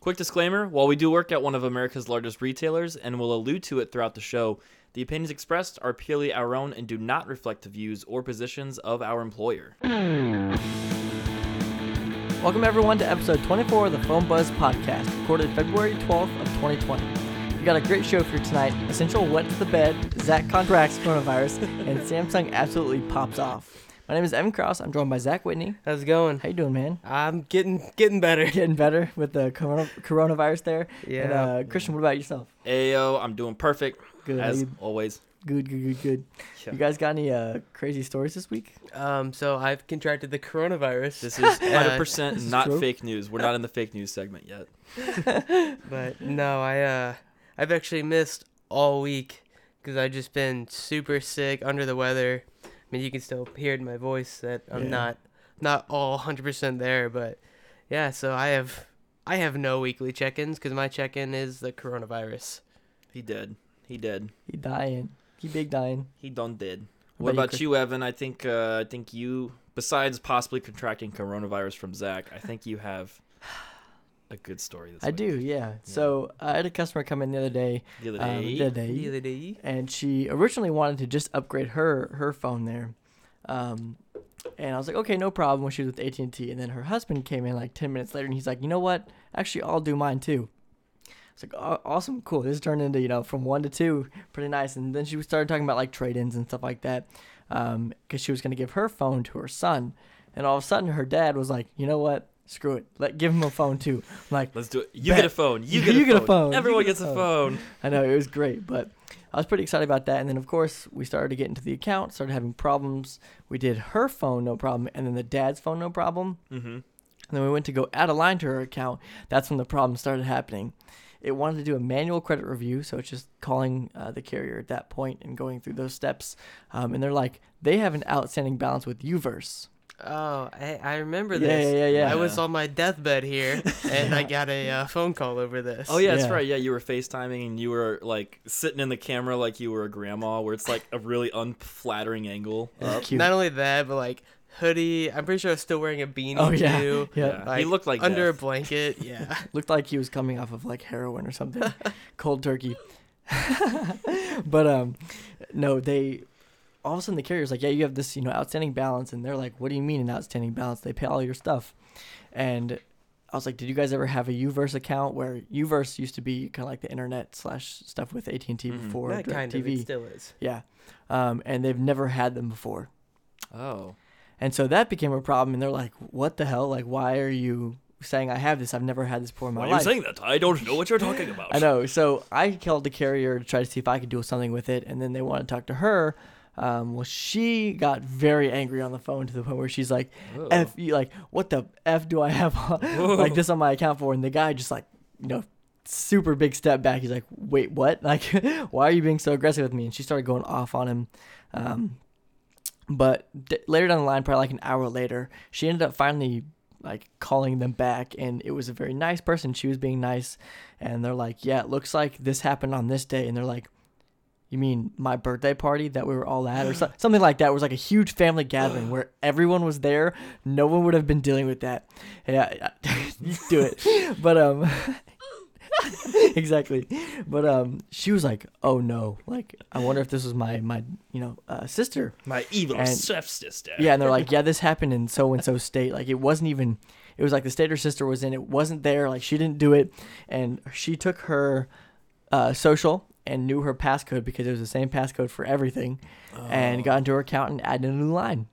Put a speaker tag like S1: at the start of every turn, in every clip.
S1: Quick disclaimer while we do work at one of America's largest retailers and will allude to it throughout the show, the opinions expressed are purely our own and do not reflect the views or positions of our employer.
S2: Welcome everyone to episode 24 of the Phone Buzz podcast, recorded February 12th of 2020. We got a great show for you tonight. Essential wets the bed, Zach contracts coronavirus, and Samsung absolutely pops off. My name is Evan Cross. I'm joined by Zach Whitney.
S3: How's it going?
S2: How you doing, man?
S3: I'm getting getting better.
S2: Getting better with the corona- coronavirus there. And,
S3: Yeah.
S2: uh, Christian, what about yourself?
S1: Ayo, I'm doing perfect.
S2: Good. how
S1: As
S2: you-
S1: always.
S2: good. Good. Good. Good.
S1: Yeah.
S2: You guys got any uh, crazy stories this week?
S3: Um, so I've contracted the coronavirus,
S1: This is 100%
S2: This is
S1: not
S2: true.
S1: fake news. We're not in the fake news segment yet.
S3: but no, I uh, I've actually missed all week because I've just been super sick, under the weather. I mean, you can still hear it in my voice that I'm
S2: Yeah.
S3: not not all 100% there, but yeah. So I have I have no weekly check-ins because my check-in is the coronavirus.
S1: He did. He did.
S2: He dying. He big dying.
S1: He done did.
S2: How
S1: What
S2: about you,
S1: about
S2: Chris?
S1: you, Evan? I think uh, I think you, besides possibly contracting coronavirus from Zach, I think you have a good story this
S2: I
S1: week.
S2: do. Yeah. So I had a customer come in the other day.
S1: The other
S2: um,
S1: day.
S2: the other day.
S3: The other day.
S2: and she originally wanted to just upgrade her her phone there, um, and I was like, okay, no problem. When she was with AT and T, and then her husband came in like ten minutes later, and he's like, you know what? Actually, I'll do mine too. It's like "Aw- awesome, cool. This turned into you know from one to two, pretty nice. And then she started talking about like trade ins and stuff like that, because she was gonna give her phone to her son, and all of a sudden her dad was like, you know what? Screw it. Let give him a phone too. I'm like,
S1: Let's do it. You
S2: Bet.
S1: get a phone. You get, a, phone.
S2: You
S1: Everyone
S2: get a
S1: gets a phone.
S2: I know it was great, but I was pretty excited about that. And then of course we started to get into the account, started having problems. We did her phone, no problem, and then the dad's phone, no problem.
S1: Mm-hmm.
S2: And then we went to go add a line to her account. That's when the problem started happening. It wanted to do a manual credit review, so it's just calling uh, the carrier at that point and going through those steps. Um, and they're like, they have an outstanding balance with Uverse.
S3: Oh, I, I remember
S2: Yeah,
S3: this.
S2: yeah, yeah,
S1: yeah.
S3: I was on my deathbed here, and I got a uh, phone call over this.
S1: Oh yeah, that's
S2: Yeah.
S1: right. Yeah, you were FaceTiming and you were like sitting in the camera like you were a grandma, where it's like a really unflattering angle.
S2: It's
S1: up.
S2: cute.
S3: Not only that, but like hoodie. I'm pretty sure I was still wearing a beanie
S2: Oh yeah,
S3: too.
S2: yeah.
S1: Yeah. He looked like
S3: under
S1: death.
S3: a blanket. Yeah.
S2: Looked like he was coming off of like heroin or something, cold turkey. but um, no, they all of a sudden the carrier's like, yeah, you have this you know outstanding balance, and they're like, what do you mean an outstanding balance? They pay all your stuff, and I was like, did you guys ever have a Uverse account where Uverse used to be kind of like the internet slash stuff with AT and T
S1: Mhm.
S2: before
S3: Not kind of. It
S2: DirecTV,
S3: still is.
S2: yeah, um, and they've never had them before.
S1: Oh,
S2: And so that became a problem, and they're like, "What the hell? Like, why are you saying I have this? I've never had this before in my
S1: why are
S2: life."
S1: you saying that? I don't know what you're talking about.
S2: I know. So I called the carrier to try to see if I could do something with it, and then they wanted to talk to her. Um, well, she got very angry on the phone to the point where she's like,
S1: Oh.
S2: "F you, like what the f do I have on, like this on my account for?" And the guy just like, you know, super big step back. He's like, "Wait, what? Like, why are you being so aggressive with me?" And she started going off on him. Um, but d- later down the line, probably like an hour later, she ended up finally like calling them back, and it was a very nice person. She was being nice, and they're like, "Yeah, it looks like this happened on this day," and they're like. You mean my birthday party that we were all at, or so- something like that? It was like a huge family gathering where everyone was there. No one would have been dealing with that. Yeah, yeah. do it. But um, exactly. But um, she was like, "Oh no! Like, I wonder if this was my my you know uh, sister."
S1: My evil
S2: And-
S1: stepsister.
S2: Yeah, and they're like, yeah, this happened in so and so state. Like, it wasn't even. It was like the state her sister was in. It wasn't there. Like, she didn't do it, and she took her uh, social and knew her passcode because it was the same passcode for everything,
S1: Oh.
S2: and got into her account and added a new line.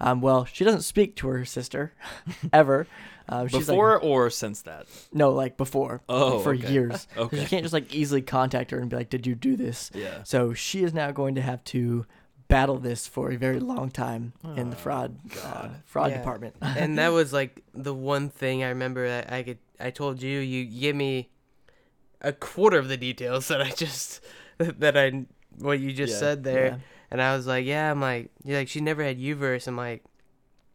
S2: Um, well, she doesn't speak to her sister, ever. Um, she's like-
S1: Before or since that?
S2: no, like before.
S1: Oh,
S2: for
S1: okay.
S2: years. So
S1: Okay.
S2: you can't just like easily contact her and be like, "Did you do this?"
S1: Yeah.
S2: So she is now going to have to battle this for a very long time in the
S1: Oh,
S2: fraud uh, fraud
S3: Yeah.
S2: department.
S3: and that was like the one thing I remember that I could. I told you you give me a quarter of the details that I just that I what you just
S1: Yeah,
S3: said there,
S2: yeah.
S3: and I was like, yeah, I'm like, you're like she never had Uverse. I'm like,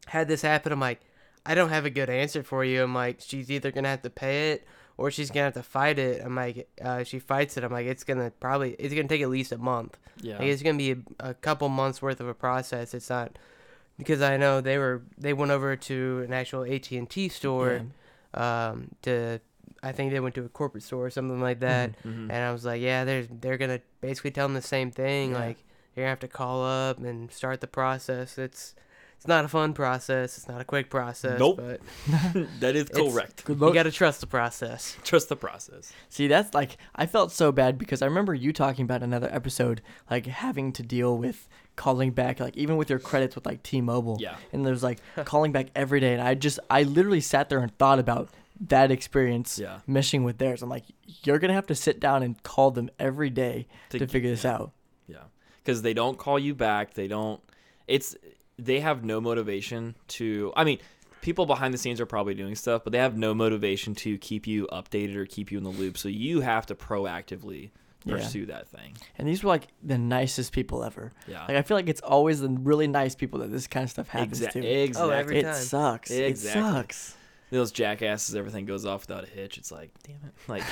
S3: had this happen, I'm like, I don't have a good answer for you. I'm like, she's either gonna have to pay it or she's gonna have to fight it. I'm like, uh, if she fights it. I'm like, it's gonna probably it's gonna take at least a month.
S1: Yeah.
S3: Like, it's gonna be a, a couple months worth of a process. It's not because I know they were they went over to an actual AT and T store um, to I think they went to a corporate store or something like that.
S1: Mhm.
S3: And I was like, yeah, they're they're gonna basically tell them the same thing.
S2: Yeah.
S3: Like you're gonna have to call up and start the process. It's it's not a fun process. It's not a quick process.
S1: Nope.
S3: But
S1: Mm-hmm. that is
S3: It's-
S1: correct.
S2: Good
S3: you
S2: luck.
S3: gotta trust the process.
S1: Trust the process.
S2: See, that's like I felt so bad because I remember you talking about another episode, like having to deal with calling back, like even with your credits with like T-Mobile.
S1: Yeah.
S2: And there's like calling back every day, and I just I literally sat there and thought about that experience
S1: Yeah.
S2: meshing with theirs. I'm like, you're gonna have to sit down and call them every day to,
S1: get-
S2: figure this
S1: yeah.
S2: out.
S1: Yeah. Cuz they don't call you back. They don't it's they have no motivation to I mean, people behind the scenes are probably doing stuff, but they have no motivation to keep you updated or keep you in the loop. So you have to proactively
S2: Yeah.
S1: pursue that thing.
S2: And these were like the nicest people ever.
S1: Yeah.
S2: Like I feel like it's always the really nice people that this kind of stuff happens
S1: Exa-
S2: to.
S1: Exactly.
S3: Oh, every-
S2: it
S3: time.
S2: sucks.
S1: Exactly.
S2: It sucks.
S1: Those jackasses, everything goes off without a hitch. It's like, damn it. Like,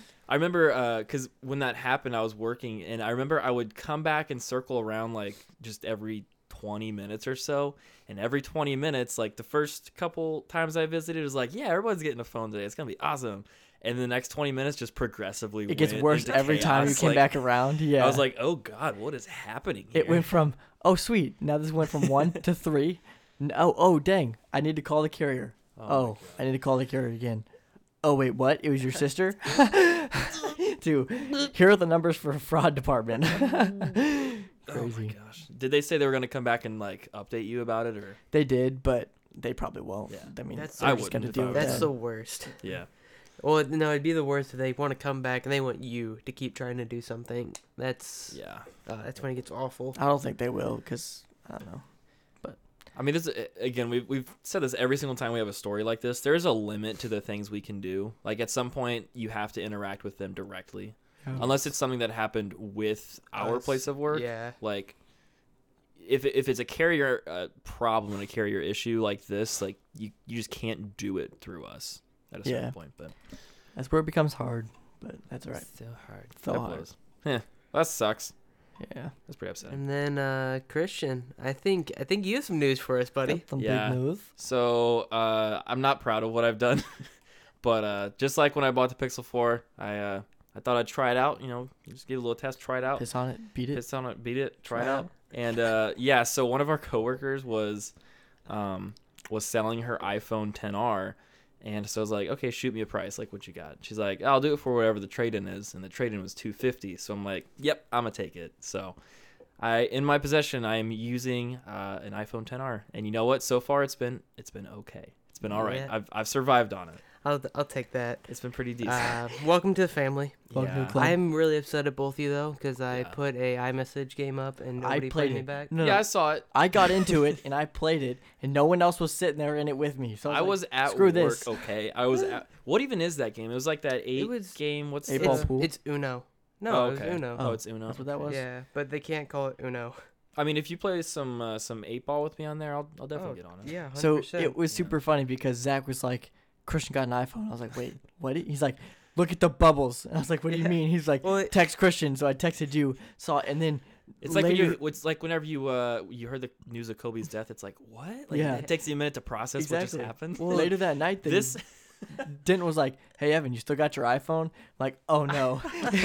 S1: I remember because when that happened, I was working, and I remember I would come back and circle around like just every 20 minutes or so. And every 20 minutes, like the first couple times I visited, it was like, yeah, everyone's getting a phone today. It's going to be awesome. And the next 20 minutes just progressively
S2: It gets
S1: went
S2: worse
S1: into
S2: every time you
S1: chaos.
S2: came
S1: Like,
S2: back around. Yeah.
S1: I was like, oh God, what is happening?
S2: It
S1: here?"
S2: went from oh sweet, now this went from one to three. N- Oh oh dang, I need to call the carrier.
S1: my
S2: Oh, I need to call the carrier again. Oh wait, what? It was your sister. Dude, here are the numbers for fraud department.
S1: Oh my
S2: Crazy.
S1: gosh. Did they say they were going to come back and like update you about it or?
S2: they did, but they probably won't.
S1: Yeah.
S2: I mean,
S3: That's-
S2: they're
S1: I
S2: just
S1: wouldn't
S2: gonna
S1: if
S2: deal
S1: I
S2: with
S1: were
S3: That's
S2: that.
S3: the worst.
S1: Yeah.
S3: Well, no, it'd be the worst if they want to come back and they want you to keep trying to do something. That's
S1: Yeah.
S3: uh, that's when it gets awful.
S2: I don't think they will, cause I don't know.
S1: I mean, this again. We've we've said this every single time we have a story like this. There's a limit to the things we can do. Like at some point, you have to interact with them directly,
S2: Yeah.
S1: unless it's something that happened with our
S3: Us.
S1: place of work.
S3: Yeah.
S1: Like, if if it's a carrier uh, problem and a carrier issue like this, like you you just can't do it through us at a certain
S2: Yeah.
S1: point. But
S2: That's where it becomes hard, but that's all right.
S1: so hard.
S2: So
S1: that
S2: hard.
S1: blows. Yeah. That sucks.
S2: Yeah.
S1: That's pretty upsetting.
S3: And then uh, Christian, I think I think you have some news for us, buddy.
S2: Got some
S1: Yeah.
S2: big news.
S1: So uh, I'm not proud of what I've done, but uh, just like when I bought the Pixel 4, I uh, I thought I'd try it out. You know, just give it a little test, try it out,
S2: Piss on it, beat it.
S1: Oh. piss on it, beat it, try it
S3: Try it
S1: out. And uh, yeah, so one of our coworkers was um, was selling her iPhone 10R, and so I was like, okay, shoot me a price, like what you got. She's like, I'll do it for whatever the trade in is, and the trade in was 250. So I'm like, yep, I'm gonna take it. So. I in my possession I am using uh, an iPhone 10R, and you know what? So far it's been it's been okay. It's been all right.
S3: Yeah.
S1: I've I've survived on it.
S3: I'll I'll take that.
S1: It's been pretty decent.
S3: Uh, welcome to the family.
S2: Welcome to the
S1: Yeah.
S2: club.
S3: I'm really upset at both of you though, because I
S1: Yeah.
S3: put a iMessage game up and
S2: I
S3: nobody
S2: played
S3: played me
S2: it.
S3: back.
S2: No, no,
S1: yeah, I saw it.
S2: I got into it and I played it, and no one else was sitting there in it with me. So
S1: I was at
S2: screw
S1: work.
S2: this.
S1: Okay, I was at. What even is that game? It was like that eight
S3: was-
S1: game. What's
S2: Eight
S1: the-
S2: ball
S3: It's,
S2: pool?
S3: it's Uno. No,
S1: Oh,
S3: it
S1: okay.
S3: was Uno.
S1: Oh, it's Uno.
S2: that's what that was.
S3: Yeah, but they can't call it Uno.
S1: I mean, if you play some uh, some eight ball with me on there, I'll I'll definitely
S3: Oh,
S1: get on it.
S3: Yeah, 100%.
S2: so it was
S1: Yeah.
S2: super funny because Zach was like, "Christian got an iPhone." I was like, "Wait, what?" He's like, "Look at the bubbles." And I was like, "What do you
S3: Yeah.
S2: mean?" He's like,
S3: Well, it-
S2: "Text Christian." So I texted you, saw, and then
S1: It's like when
S2: later-
S1: you it's like whenever you uh you heard the news of Kobe's death, it's like what? Like
S2: Yeah.
S1: it takes you a minute to process what
S2: exactly
S1: just happened.
S2: Well, later that night, then
S1: this
S2: this Denton was like, "Hey Evan, you still got your iPhone?" I'm like, "Oh no,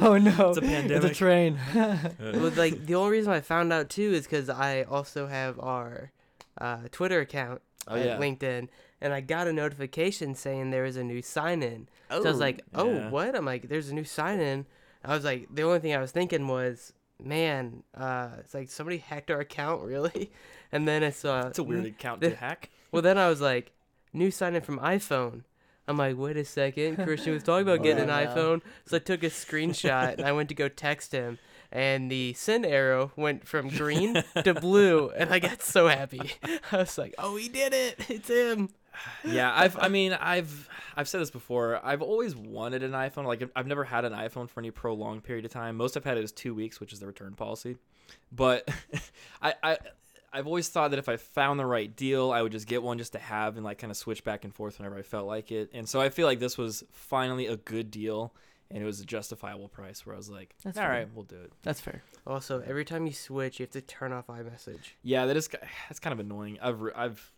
S2: oh no,
S1: It's a
S2: it's a
S1: pandemic.
S2: train."
S3: Well, like the only reason I found out too is because I also have our uh, Twitter account
S1: Oh,
S3: at
S1: yeah.
S3: LinkedIn, and I got a notification saying there was a new sign in. so I was like, "Oh,
S1: Yeah.
S3: what?" I'm like, "There's a new sign in." I was like, the only thing I was thinking was, "Man, uh, it's like somebody hacked our account, really." And then it's uh,
S1: it's a weird account to hack.
S3: Well, then I was like, "New sign in from iPhone." I'm like, wait a second. Christian was talking about getting an
S2: Wow.
S3: iPhone, so I took a screenshot and I went to go text him, and the send arrow went from green to blue, and I got so happy. I was like, oh, he did it! It's him.
S1: yeah i've i mean i've i've said this before i've always wanted an iphone like I've- i've never had an iphone for any prolonged period of time most i've had is two weeks which is the return policy but i i I've always thought that if I found the right deal, I would just get one just to have and like kind of switch back and forth whenever I felt like it. And so I feel like this was finally a good deal and it was a justifiable price where I was like, all
S2: That's
S1: right,
S2: fair.
S1: we'll do it.
S2: That's fair.
S3: Also, every time you switch, you have to turn off iMessage.
S1: Yeah, that is ki- that's kind of annoying. I've re- I've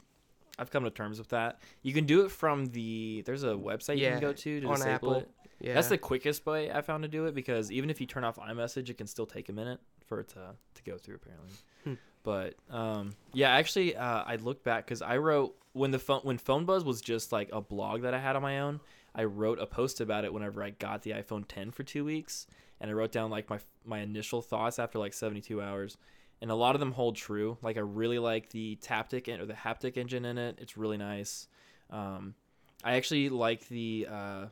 S1: I I've come to terms with that. You can do it from the there's a website you
S3: Yeah,
S1: can go to to
S3: on
S1: disable
S3: Apple.
S1: it.
S3: Yeah.
S1: That's the quickest way I found to do it because even if you turn off iMessage, it can still take a minute for it to, to go through apparently.
S3: Hmm.
S1: But um, yeah, actually, uh, I looked back because I wrote when the phone when Phone Buzz was just like a blog that I had on my own. I wrote a post about it whenever I got the iPhone 10 for two weeks, and I wrote down like my my initial thoughts after like 72 hours, and a lot of them hold true. Like I really like the taptic en- or the haptic engine in it. It's really nice. Um, I actually like the uh,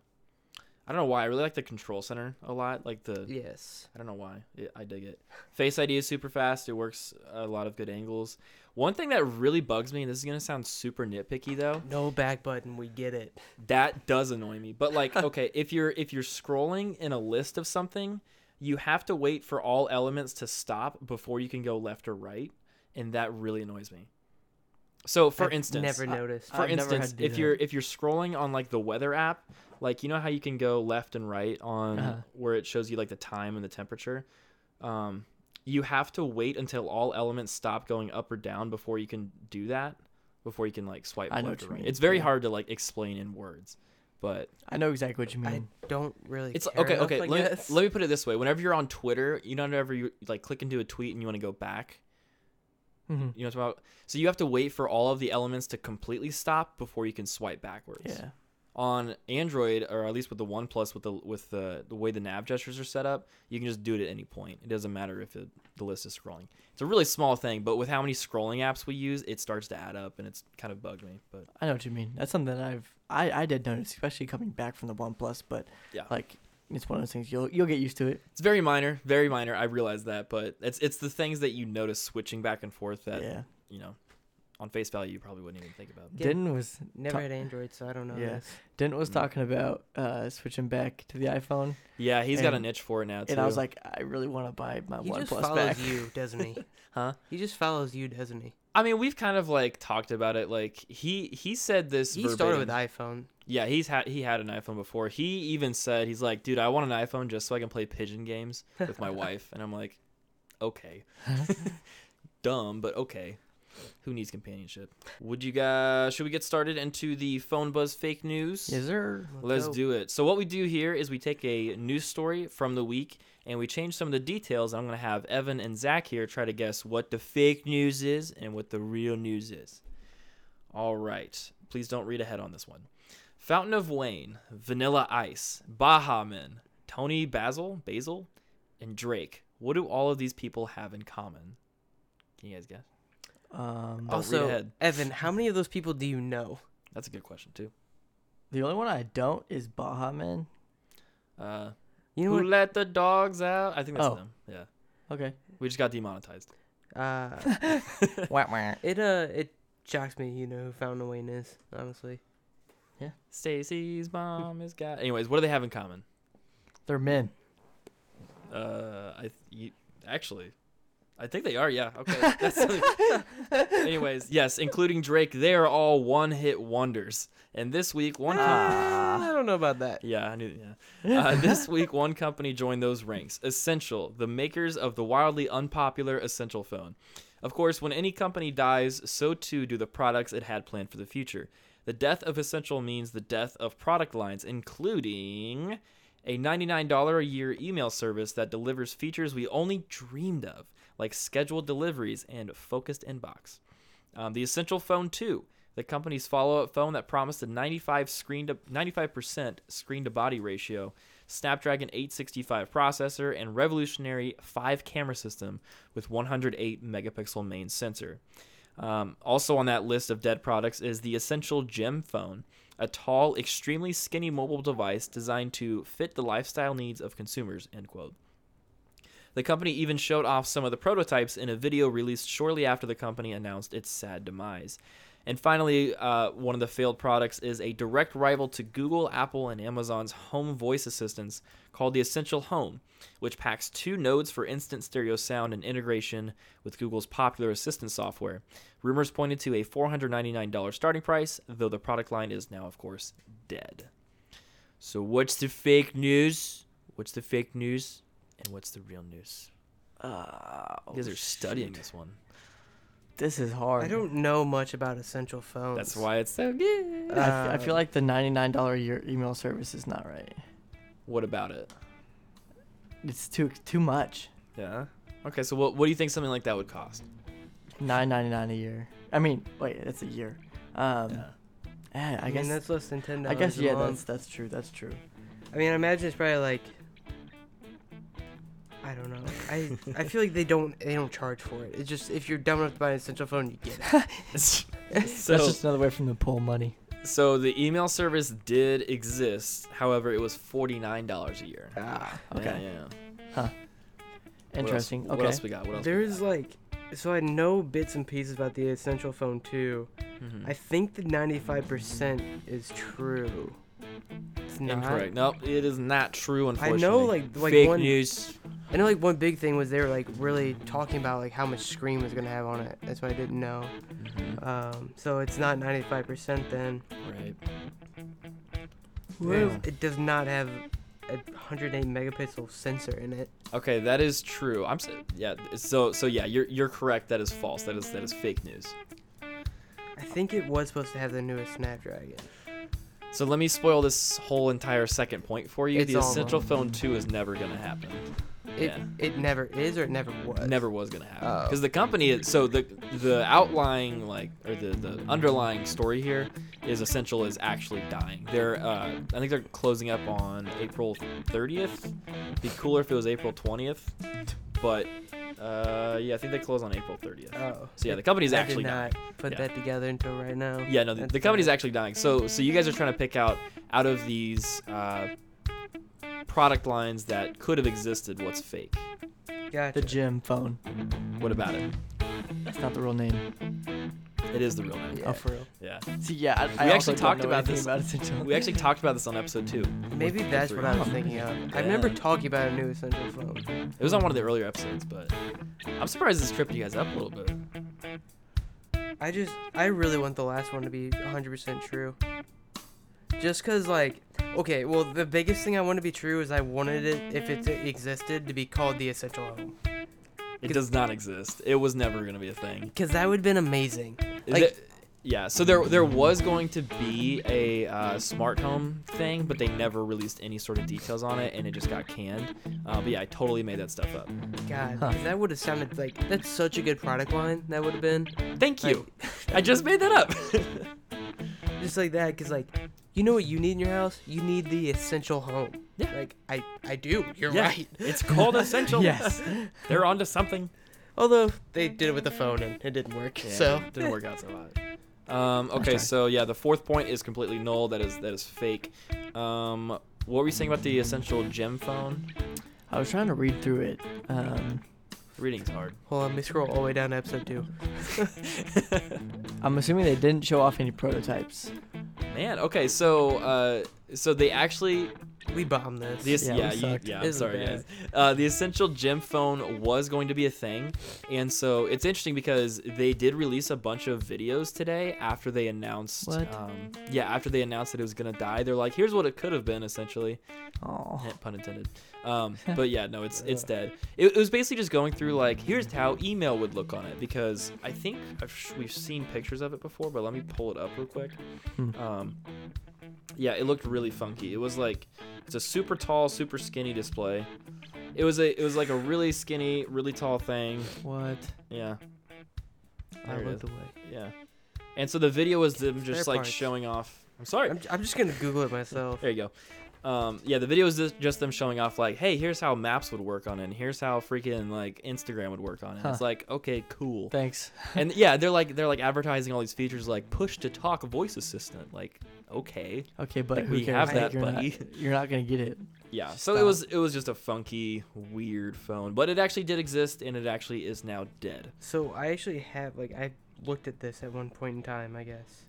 S1: I don't know why I really like the control center a lot. Like the
S3: yes.
S1: I don't know why. It, I dig it. Face ID is super fast. It works a lot of good angles. One thing that really bugs me, and this is gonna sound super nitpicky though,
S3: No back button. We get it.
S1: that does annoy me. But like, okay, if you're if you're scrolling in a list of something, you have to wait for all elements to stop before you can go left or right, and that really annoys me. So, for
S3: I've
S1: instance,
S3: never
S1: I-
S3: noticed.
S1: for
S2: I've never had
S1: instance,
S2: to do
S1: if
S2: that.
S1: you're if you're scrolling on like the weather app, like you know how you can go left and right on
S2: Uh-huh.
S1: where it shows you like the time and the temperature. Um, you have to wait until all elements stop going up or down before you can do that. Before you can like swipe
S2: I know
S1: left
S2: what
S1: or
S2: you
S1: right.
S2: mean,
S1: It's very
S2: yeah.
S1: hard to like explain in words, but
S2: I know exactly what you mean.
S3: I don't really.
S1: it's
S3: care
S1: okay.
S3: enough,
S1: Okay,
S3: I
S1: let me,
S3: guess.
S1: let me put it this way: whenever you're on Twitter, you know, whenever you like click into a tweet and you want to go back, you
S2: Mhm.
S1: know what I'm talking about. So you have to wait for all of the elements to completely stop before you can swipe backwards
S2: Yeah.
S1: on Android, or at least with the OnePlus, with the with the the way the nav gestures are set up, you can just do it at any point. It doesn't matter if it, the list is scrolling. It's a really small thing, but with how many scrolling apps we use, it starts to add up, and it's kind of bugged me. But
S2: I know what you mean. That's something that I've I, I did notice, especially coming back from the OnePlus. But
S1: Yeah.
S2: like it's one of those things you'll you'll get used to it.
S1: it's very minor, very minor. I realize that, but it's it's the things that you notice switching back and forth that
S2: yeah,
S1: you know, on face value, you probably wouldn't even think about.
S3: Yeah.
S2: Denton was
S3: Never
S2: Ta-
S3: had Android, so I don't know.
S2: Yeah.
S3: this.
S2: Denton was
S1: Mm.
S2: talking about uh, switching back to the iPhone,
S1: Yeah, he's got a
S2: And-
S1: niche for it now too.
S2: and I was like, I really want to buy my
S3: He just
S2: OnePlus
S3: follows
S2: back.
S3: you, doesn't he?
S1: Huh?
S3: He just follows you, doesn't he?
S1: I mean, we've kind of like talked about it. Like he he said this.
S3: He
S1: verbatim.
S3: started with iPhone.
S1: Yeah, he's had he had an iPhone before. He even said he's like, dude, I want an iPhone just so I can play pigeon games with my wife. And I'm like, okay, dumb, but okay. Who needs companionship? Would you guys? Should we get started into the phone buzz fake news?
S2: Yes, sir.
S1: Let's
S3: go.
S1: do it. So what we do here is we take a news story from the week and we change some of the details. I'm gonna have Evan and Zach here try to guess what the fake news is and what the real news is. All right. Please don't read ahead on this one. Fountain of Wayne, Vanilla Ice, Baha Men, Tony Basil, Basil, and Drake. What do all of these people have in common? Can you guys guess?
S2: Um,
S1: Oh. read
S3: Also,
S1: ahead.
S3: Evan, how many of those people do you know?
S1: That's a good question too.
S2: the only one I don't is Baha Man.
S1: Uh,
S3: You know
S1: who
S3: what?
S1: let the dogs out? I think that's
S2: Oh.
S1: them. Yeah,
S2: Okay.
S1: we just got demonetized.
S3: Uh,
S2: Wah, wah.
S3: it uh, it shocks me. You know who Fountain of Wayne is, honestly.
S1: Stacy's mom is got. Anyways, what do they have in common?
S2: They're men.
S1: Uh, I th- you, actually, I think they are. Yeah. Okay. That's Oh, Anyways, yes, including Drake, they are all one-hit wonders. And this week, one. Com-
S2: Ah.
S3: Uh, I don't know about that.
S1: yeah, I knew. Yeah. Uh, this week, one company joined those ranks. Essential, the makers of the wildly unpopular Essential phone. Of course, when any company dies, so too do the products it had planned for the future. The death of Essential means the death of product lines, including a $99 a year email service that delivers features we only dreamed of, like scheduled deliveries and focused inbox. Um, the Essential Phone 2, the company's follow-up phone that promised a 95 screen to 95% screen to body ratio, Snapdragon 865 processor, and revolutionary five camera system with 108 megapixel main sensor. Um, also on that list of dead products is the Essential Gem Phone, a tall, extremely skinny mobile device designed to fit the lifestyle needs of consumers. End quote. The company even showed off some of the prototypes in a video released shortly after the company announced its sad demise. And finally, uh, one of the failed products is a direct rival to Google, Apple, and Amazon's home voice assistants called the Essential Home, which packs two nodes for instant stereo sound and integration with Google's popular assistant software. Rumors pointed to a $499 starting price, though the product line is now, of course, dead. So, what's the fake news? What's the fake news? And what's the real news? Oh,
S2: Uh,
S1: You guys are studying this one.
S2: This is hard.
S3: I don't know much about essential phones.
S1: That's why it's so good.
S2: I f- I feel
S3: Um,
S2: like the ninety-nine dollar a year email service is not right.
S1: What about it?
S2: It's too too much.
S1: Yeah. Okay, so what, what do you think something like that would cost?
S2: Nine ninety-nine a year. I mean, wait, that's a year. Um,
S1: Yeah.
S2: eh, I,
S3: I,
S2: guess.
S3: mean, that's less than ten
S2: I
S3: dollars.
S2: guess
S3: a
S2: yeah. That's
S3: month.
S2: that's true. That's true.
S3: I mean, I imagine it's probably like. I don't know. I I feel like they don't they don't charge for it. It's just if you're dumb enough to buy an essential phone, you get it.
S1: so,
S2: that's just another way from the pool money.
S1: so the email service did exist. However, it was $49 a year.
S2: Ah.
S1: Yeah,
S2: Okay.
S1: yeah, yeah. What else-
S2: Interesting.
S1: What
S2: okay.
S1: else we got? What else? we
S3: There's like, so I know bits and pieces about the essential phone too.
S1: got? Mhm.
S3: I think the 95% is true. It's not.
S1: Incorrect. No, it is not true.
S3: I
S1: Unfortunately,
S3: know, like- like
S1: fake
S3: one-
S1: news.
S3: I know like one big thing was they were like really talking about like how much screen was gonna have on it. That's what I didn't know. Um, so it's not 95% then.
S1: Mm-hmm. Right.
S3: It-
S1: Yeah.
S3: It does not have a 108 megapixel sensor in it.
S1: Okay, that is true. I'm s- yeah. So so yeah, you're you're correct. That is false. That is that is fake news.
S3: I think it was supposed to have the newest Snapdragon.
S1: So let me spoil this whole entire second point for you.
S3: It's
S1: the
S3: all
S1: Essential
S3: wrong.
S1: Phone 2 is never gonna happen.
S3: It
S1: Yeah.
S3: it never is or it never was.
S1: Never was gonna happen.
S3: Oh.
S1: Because the company, so the the outlying like or the the underlying story here is Essential is actually dying. They're uh, I think they're closing up on April 30th. Be cooler if it was April 20th, but uh, yeah, I think they close on April 30th.
S3: Oh.
S1: So yeah, the company's
S3: I
S1: actually
S3: did not
S1: dying.
S3: put
S1: Yeah.
S3: that together until right now.
S1: Yeah, no, the,
S3: That's
S1: the company's
S3: bad.
S1: actually dying. So, so you guys are trying to pick out out of these uh, product lines that could have existed, what's fake?
S3: Gotcha.
S2: The gym phone.
S1: What about it?
S2: That's not the real name.
S1: It is the real name.
S2: Oh, for real.
S1: Yeah,
S2: See, yeah, I, I
S1: actually
S2: also don't
S1: talked
S2: know
S1: about
S2: anything
S1: this.
S2: About essential.
S1: we actually talked about this on episode two.
S3: Maybe that's what I was thinking of. I remember talking about a new essential phone.
S1: It was on one of the earlier episodes, but I'm surprised this tripped you guys up a little bit.
S3: I just, I really want the last one to be 100% true. Just cause like, okay, well the biggest thing I want to be true is I wanted it, if it existed, to be called the essential home.
S1: It does not exist. It was never gonna be a thing.
S3: Cause that would have been amazing.
S1: Th-
S3: Like,
S1: yeah, so there there was going to be a uh, smart home thing, but they never released any sort of details on it, and it just got canned. Uh, but yeah, I totally made that stuff up.
S3: God, 'cause that would have sounded like that's such a good product line. That would have been
S1: Thank you. I just made that up.
S3: just like that. Cause like, you know what you need in your house? You need the essential home.
S1: Yeah.
S3: Like I, I do. You're
S1: Yeah,
S3: right.
S1: It's called essential.
S2: yes.
S1: They're onto something.
S3: Although they did it with the phone and it didn't work. so
S1: it didn't work out so hot. Um, okay, so yeah, the fourth point is completely null. That is that is fake. Um, what were you saying about the essential gem phone?
S2: I was trying to read through it. Um,
S1: Reading's hard.
S3: Hold on, let me scroll all the way down to episode two.
S2: I'm assuming they didn't show off any prototypes.
S1: Man, okay, so uh, so they actually
S3: We bombed this.
S1: This,
S2: Yeah,
S1: yeah,
S2: we
S1: yeah, you,
S2: sucked.
S1: yeah.
S3: It
S1: I'm
S3: was
S1: sorry,
S3: bad.
S1: guys. Uh, the essential gem phone was going to be a thing, and so it's interesting because they did release a bunch of videos today after they announced.
S2: What?
S1: Um, yeah, after they announced that it was gonna die, they're like, "Here's what it could have been," essentially,
S2: Oh,
S1: Heh, pun intended. Um, but yeah, no, it's it's dead. It, it was basically just going through like, here's how email would look on it because I think I've, sh- we've seen pictures of it before, but let me pull it up real quick.
S2: Hmm.
S1: Um, yeah, it looked really funky. It was like it's a super tall, super skinny display. It was a it was like a really skinny, really tall thing.
S2: what?
S1: Yeah. There
S3: I
S1: it
S3: looked
S1: is.
S3: away.
S1: Yeah. And so the video was them
S3: Spare
S1: just like
S3: parts.
S1: showing off. I'm sorry.
S3: I'm, I'm just gonna Google it myself.
S1: There you go. Um, yeah, the video is just, just them showing off like, hey, here's how maps would work on it, and here's how freaking like Instagram would work on it.
S2: Huh.
S1: It's like, okay, cool.
S2: Thanks.
S1: And yeah, they're like they're like advertising all these features like push to talk voice assistant. Like, okay.
S2: Okay, but
S1: Like,
S2: who
S1: we have
S2: cares? Like,
S1: that,
S2: you're not-
S1: buddy.
S2: you're not gonna get it.
S1: Yeah. So it
S2: Stop.
S1: was it was just a funky, weird phone. But it actually did exist and it actually is now dead.
S3: So I actually have like I looked at this at one point in time. I guess.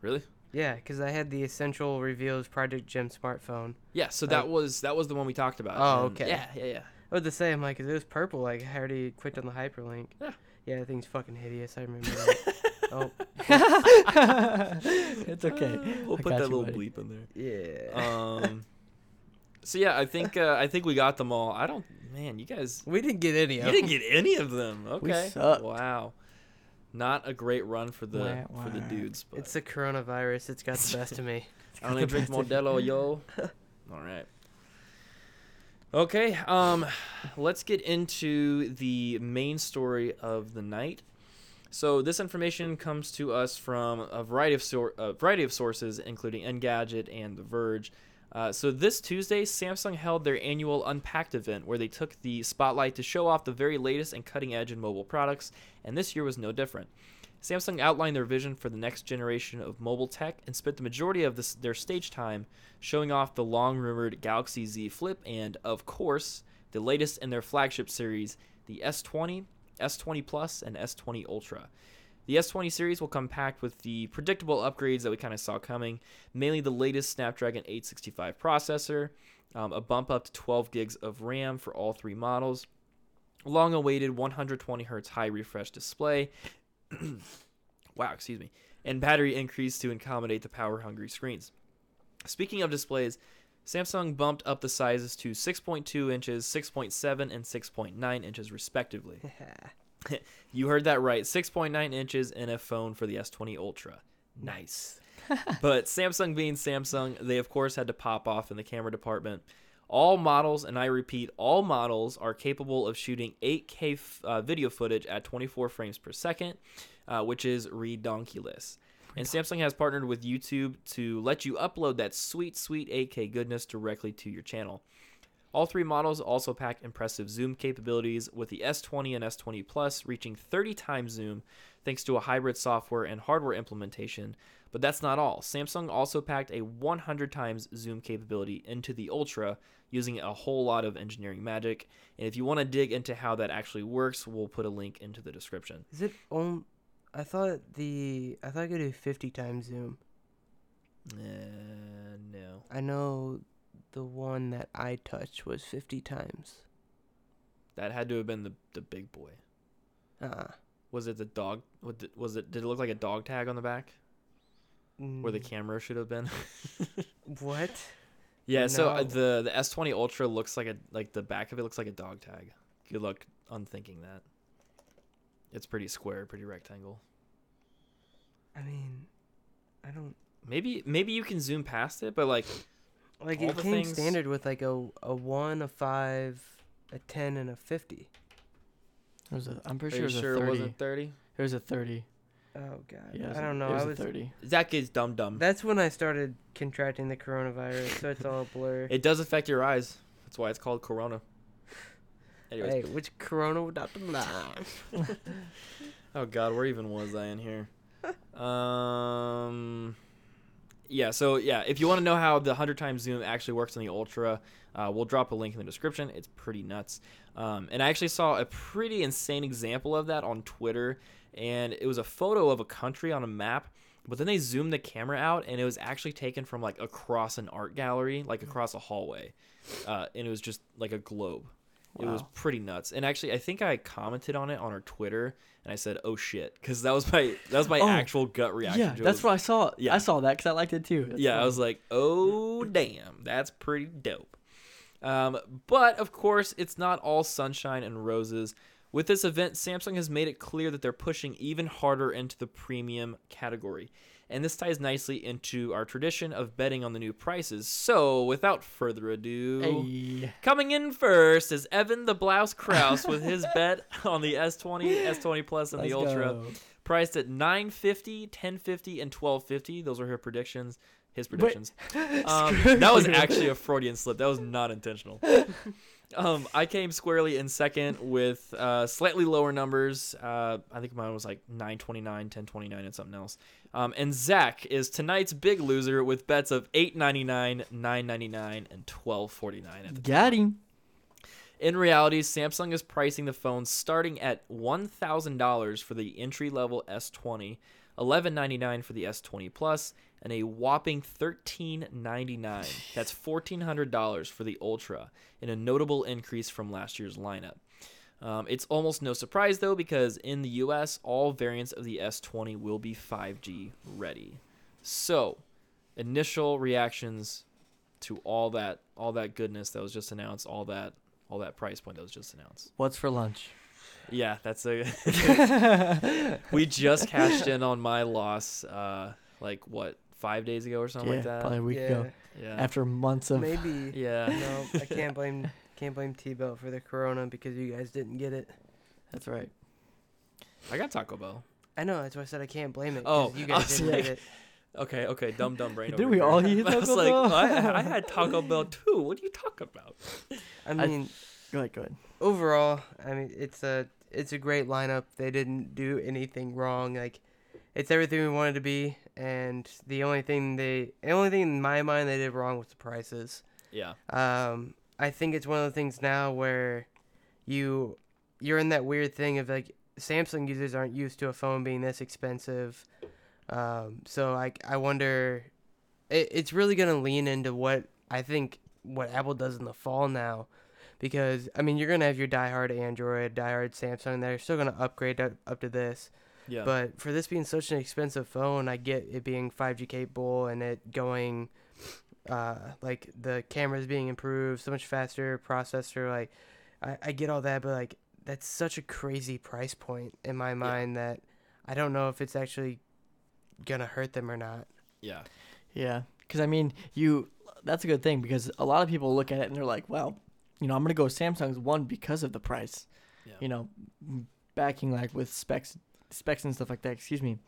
S1: Really?
S3: Yeah, because I had the essential reveals Project Gem smartphone.
S1: Yeah, so that
S2: Uh,
S3: Like-
S1: was that was the one we talked about.
S3: Oh,
S1: and-
S3: okay.
S1: Yeah, yeah, yeah.
S3: I was to say I'm Oh, like, 'cause it was purple. Like I already clicked on the hyperlink.
S1: Yeah.
S3: Yeah, that thing's fucking hideous. I remember. that. oh.
S2: it's okay.
S1: We'll
S2: I
S1: put
S2: got
S1: that
S2: you,
S1: little
S2: buddy.
S1: bleep in there.
S3: Yeah.
S1: Um, so yeah, I think uh, I think we got them all. I don't, man, you guys,
S3: we didn't get any
S1: you
S3: of.
S1: didn't get any of them. Okay,
S2: sucked.
S1: wow. Not a great run for the
S2: Wah,
S1: for the
S2: wah.
S1: dudes. But
S3: It's the coronavirus. It's got the best of me.
S1: I only drink Modelo, yo. All right. Okay, um, let's get into the main story of the night. So this information comes to us from a variety of sor- a variety of sources, including Engadget and The Verge. Uh, so this Tuesday, Samsung held their annual Unpacked event, where they took the spotlight to show off the very latest and cutting edge in mobile products. And this year was no different. Samsung outlined their vision for the next generation of mobile tech and spent the majority of this, their stage time showing off the long rumored Galaxy Z Flip and, of course, the latest in their flagship series, the S20, S20 Plus, and S20 Ultra. The S20 series will come packed with the predictable upgrades that we kind of saw coming, mainly the latest Snapdragon 865 processor, um, a bump up to 12 gigs of RAM for all three models, long awaited 120 hertz high refresh display, wow, excuse me, and battery increase to accommodate the power hungry screens. Speaking of displays, Samsung bumped up the sizes to 6.2 inches, 6.7, and 6.9 inches, respectively. you heard that right 6.9 inches in a phone for the S20 Ultra. Nice. but Samsung being Samsung, they of course had to pop off in the camera department. All models, and I repeat, all models are capable of shooting 8K f- uh, video footage at 24 frames per second, uh, which is redonkulous. And Samsung has partnered with YouTube to let you upload that sweet, sweet 8K goodness directly to your channel. All three models also pack impressive zoom capabilities, with the S20 and S20 Plus reaching 30 times zoom thanks to a hybrid software and hardware implementation. But that's not all. Samsung also packed a 100 times zoom capability into the Ultra using a whole lot of engineering magic. And if you want to dig into how that actually works, we'll put a link into the description.
S3: Is it on? I thought the I thought I could do fifty times zoom.
S1: Uh, no.
S3: I know the one that I touched was fifty times.
S1: That had to have been the, the big boy.
S3: Uh,
S1: Was it the dog? what did- Was it? Did it look like a dog tag on the back where
S3: Mm-hmm.
S1: the camera should have been?
S3: what?
S1: Yeah, so uh,
S3: No.
S1: the the S20 Ultra looks like a like the back of it looks like a dog tag. Good luck unthinking that. It's pretty square, pretty rectangle.
S3: I mean, I don't
S1: Maybe maybe you can zoom past it, but like
S3: like
S1: All
S3: it
S1: the
S3: came
S1: things-
S3: standard with like a a one, a five, a ten, and a fifty.
S2: It was a, I'm
S1: are
S2: pretty
S1: you
S2: sure
S1: sure
S2: it was
S1: it
S2: a 30.
S1: wasn't 30?
S2: It was a 30.
S3: Oh god,
S2: Yeah, it was
S3: I
S2: a-
S3: don't know.
S2: It was
S3: I
S2: a
S3: was
S2: 30.
S1: That kid's dumb dumb.
S3: that's when I started contracting the coronavirus, so it's all a blur.
S1: It does affect your eyes. That's why it's called corona. Anyways,
S3: Hey, which corona would not lie?
S1: Oh God, where even was I in here? um, yeah. So yeah, if you want to know how the hundred times zoom actually works in the ultra, uh, we'll drop a link in the description. It's pretty nuts. Um, and I actually saw a pretty insane example of that on Twitter, and it was a photo of a country on a map. But then they zoomed the camera out, and it was actually taken from like across an art gallery, like across a hallway, uh, and it was just like a globe. It was
S2: Wow.
S1: pretty nuts. And actually, I think I commented on it on our Twitter, and I said, "Oh shit," because that was my that was my
S2: Oh.
S1: actual gut reaction.
S2: Yeah,
S1: to it.
S2: that's what I saw.
S1: Yeah.
S2: I saw that because I liked it too. That's
S1: yeah, I
S2: funny.
S1: was like, "Oh damn, that's pretty dope." Um, but of course, it's not all sunshine and roses. With this event, Samsung has made it clear that they're pushing even harder into the premium category. And this ties nicely into our tradition of betting on the new prices. So, without further ado,
S2: Ayy.
S1: Coming in first is Evan the Blouse Kraus with his bet on the S20, S20 Plus, and the
S2: Let's
S1: Ultra,
S2: go.
S1: priced at 950, 1050, and 1250. Those are her predictions. His predictions. Um,
S2: Screw
S1: that was
S2: you.
S1: actually a Freudian slip. That was not intentional. Um, I came squarely in second with uh, slightly lower numbers. Uh, I think mine was like 929, 1029, and something else. Um, and Zach is tonight's big loser with bets of 899, 999, and 1249 at the
S2: Got him.
S1: in reality, Samsung is pricing the phones starting at $1,000 for the entry level S20, $1,199 for the S20 Plus, and a whopping $1,399. That's $1,400 for the Ultra, and a notable increase from last year's lineup. Um, it's almost no surprise, though, because in the US, all variants of the S20 will be 5G ready. So, initial reactions to all that all that goodness that was just announced all that all that price point that was just announced
S2: What's for lunch?
S1: Yeah, that's a. we just cashed in on my loss, uh, like what five days ago or something
S2: yeah,
S1: like that.
S2: probably a week
S3: yeah.
S2: ago.
S1: Yeah.
S2: After months of
S3: Maybe.
S1: yeah.
S3: No, I can't blame can't blame T Belt for the corona because you guys didn't get it.
S2: that's right.
S1: I got Taco Bell.
S3: I know that's why I said I can't blame it.
S1: Oh,
S3: 'cause you
S1: I
S3: guys
S1: was
S3: didn't
S2: like-
S3: get it.
S1: Okay, okay, dumb dumb brain.
S2: Did
S1: over
S2: we
S1: here.
S2: all eat
S1: I was
S2: Taco
S1: like,
S2: Bell?
S1: I, I had Taco Bell too. What are you talking about?
S3: I
S2: I-
S3: mean,
S2: Go ahead, go ahead.
S3: overall, I mean, it's a it's a great lineup. They didn't do anything wrong. Like, it's everything we wanted to be. And the only thing they, the only thing in my mind they did wrong was the prices.
S1: Yeah.
S3: Um, I think it's one of the things now where you you're in that weird thing of like Samsung users aren't used to a phone being this expensive. Um, so I I wonder it, it's really gonna lean into what I think what Apple does in the fall now. Because I mean you're gonna have your diehard Android, diehard Samsung that are still gonna upgrade up, up to this.
S1: Yeah.
S3: But for this being such an expensive phone, I get it being 5G capable and it going, uh, like the cameras being improved, so much faster processor. Like, I, I get all that, but like that's such a crazy price point in my mind that I don't know if it's actually gonna hurt them or not.
S1: yeah.
S2: Yeah, because I mean, you. That's a good thing because a lot of people look at it and they're like, "Well, you know, I'm gonna go with Samsung's one because of the price."
S1: Yeah.
S2: You know, backing like with specs, specs and stuff like that. Excuse me.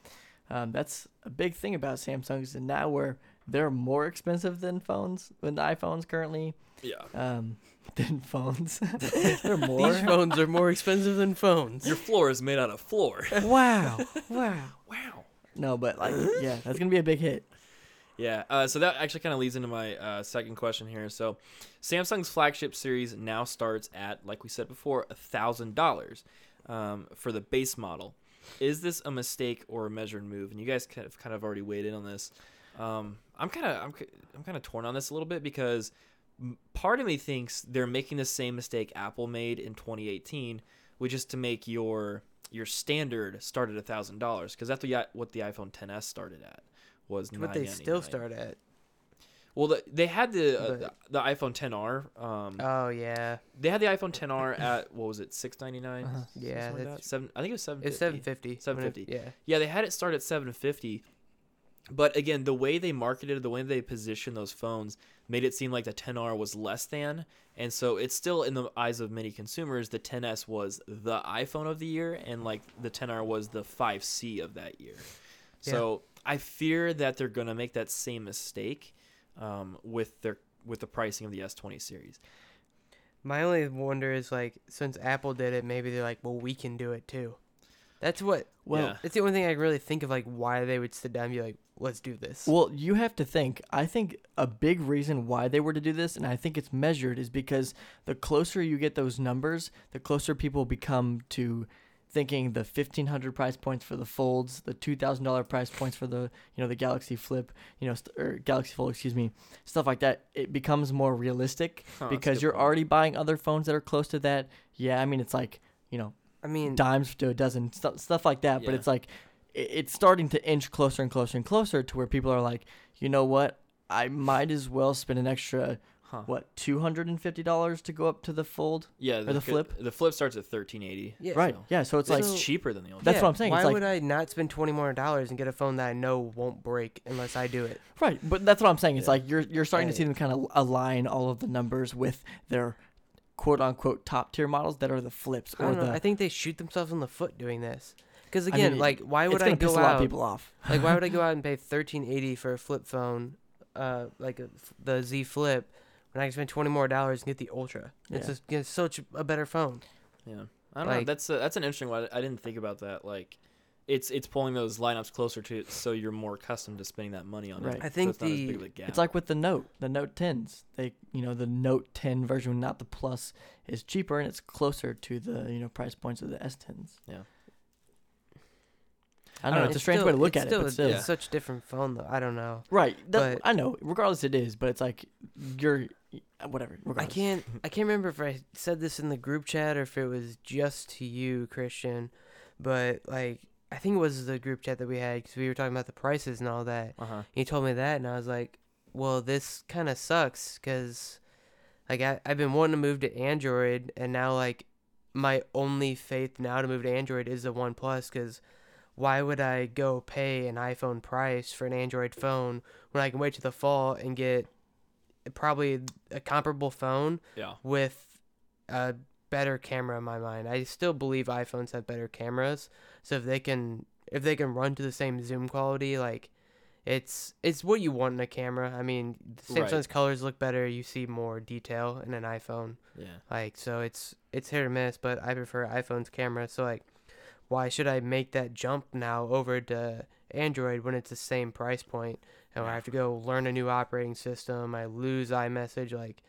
S2: Um, that's a big thing about Samsung's, and now where they're more expensive than phones, than the iPhones currently,
S1: Yeah.
S2: um, than phones. they're more.
S3: These phones are more expensive than phones.
S1: Your floor is made out of floor.
S2: wow, wow.
S1: wow.
S2: No, but like, yeah, that's gonna be a big hit.
S1: Yeah, uh, so that actually kind of leads into my uh, second question here. So, Samsung's flagship series now starts at, like we said before, thousand dollars um, for the base model. Is this a mistake or a measured move? And you guys kind of kind of already weighed in on this. Um, I'm kind of I'm, ki- I'm kind of torn on this a little bit because m- part of me thinks they're making the same mistake Apple made in 2018, which is to make your your standard start at thousand dollars because that's what the i- what the iPhone 10s started at was
S3: What they still
S1: 999.
S3: start at.
S1: Well, the, they had the, uh, the
S3: But-
S1: the iPhone 10R. Um,
S3: Oh yeah,
S1: they had the iPhone 10R at what was it, six ninety nine?
S2: Uh-huh.
S3: yeah. That's,
S1: seven. I think it was seven.
S3: it's seven fifty.
S1: 750.
S3: Yeah.
S1: Yeah, they had it start at seven fifty. But again, the way they marketed, it, the way they positioned those phones, made it seem like the 10R was less than, and so it's still in the eyes of many consumers. The 10s was the iPhone of the year, and like the 10R was the 5C of that year. So I fear that they're gonna make that same mistake um, with their with the pricing of the S20 series.
S3: My only wonder is like since Apple did it, maybe they're like, well, we can do it too. That's what.
S2: Well,
S1: Yeah.
S3: That's the only thing I really think of like why they would sit down and be like, let's do this.
S2: Well, you have to think. I think a big reason why they were to do this, and I think it's measured, is because the closer you get those numbers, the closer people become to thinking the fifteen hundred price points for the folds, the two thousand dollar price points for the you know the Galaxy Flip, you know, st- or Galaxy Fold, excuse me, stuff like that. It becomes more realistic
S1: Huh, Oh, that's a
S2: because
S1: good
S2: you're
S1: point.
S2: already buying other phones that are close to that. Yeah, I mean it's like you know
S3: I mean,
S2: dimes to a dozen stu- stuff like that but
S1: Yeah.
S2: it's like it, it's starting to inch closer and closer and closer to where people are like you know what i might as well spend an extra
S1: Huh.
S2: what $250 to go up to the fold
S1: Yeah,
S2: the flip?
S1: The flip starts at thirteen eighty.
S3: yeah.
S2: right
S1: so-
S2: yeah so it's
S1: It's like
S2: like
S1: cheaper than the old.
S2: That's what I'm saying, it's
S3: Why
S2: like-
S3: would I not spend twenty more dollars and get a phone that I know won't break unless I do it?
S2: right but that's what i'm saying it's
S1: Yeah.
S2: like you're you're starting to see
S3: Right.
S2: them kind of align all of the numbers with their quote unquote top tier models that are the flips
S3: I
S2: or
S3: don't know.
S2: the
S3: I think they shoot themselves in the foot doing this. Because
S2: I mean,
S3: again,
S2: it-
S3: like, why
S2: it's
S3: would
S2: going
S3: I
S2: to piss a
S3: go
S2: lot of
S3: out?
S2: people off
S3: like, why would I go out and pay thirteen eighty for a flip phone, uh, like a, the Z Flip, when I can spend twenty more dollars and get the Ultra?
S2: Yeah.
S3: It's just it's such a better phone.
S1: Yeah, I don't know.
S3: Like-
S1: That's a, that's an interesting one. I didn't think about that. Like, it's it's pulling those lineups closer to it, so you're more accustomed to spending that money on
S2: Right.
S1: it.
S3: I
S1: so
S3: think
S1: it's not as
S3: the-
S1: big of a gap.
S2: It's like with the Note, the Note 10s. They, you know, the Note 10 version, not the Plus, is cheaper and it's closer to the, you know, price points of the S10s.
S1: Yeah.
S2: I don't know. It's a strange
S3: still-
S2: way to look
S3: it's
S2: at
S3: still
S2: it,
S3: a-
S2: but still.
S3: it's such a different phone though. I don't know.
S2: Right. That,
S3: But-
S2: I know. Regardless, it is, but it's like you're, whatever.
S3: I
S2: Regardless.
S3: can't I can't remember if I said this in the group chat or if it was just to you, Christian, but like I think it was the group chat that we had because we were talking about the prices and all that.
S1: uh-huh.
S3: He told me that, and I was like, "Well, this kind of sucks because like I I've been wanting to move to Android, and now like my only faith now to move to Android is the One Plus because why would I go pay an iPhone price for an Android phone when I can wait till the fall and get probably a comparable phone
S1: Yeah.
S3: with a better camera in my mind. I still believe iPhones have better cameras, so if they can if they can run to the same zoom quality, like it's it's what you want in a camera. I mean, Samsung's colors look better. You see more detail in an iPhone.
S1: Yeah.
S3: Like so it's it's hit or miss, but I prefer iPhone's camera. So like why should I make that jump now over to Android when it's the same price point and I have to go learn a new operating system, I lose iMessage like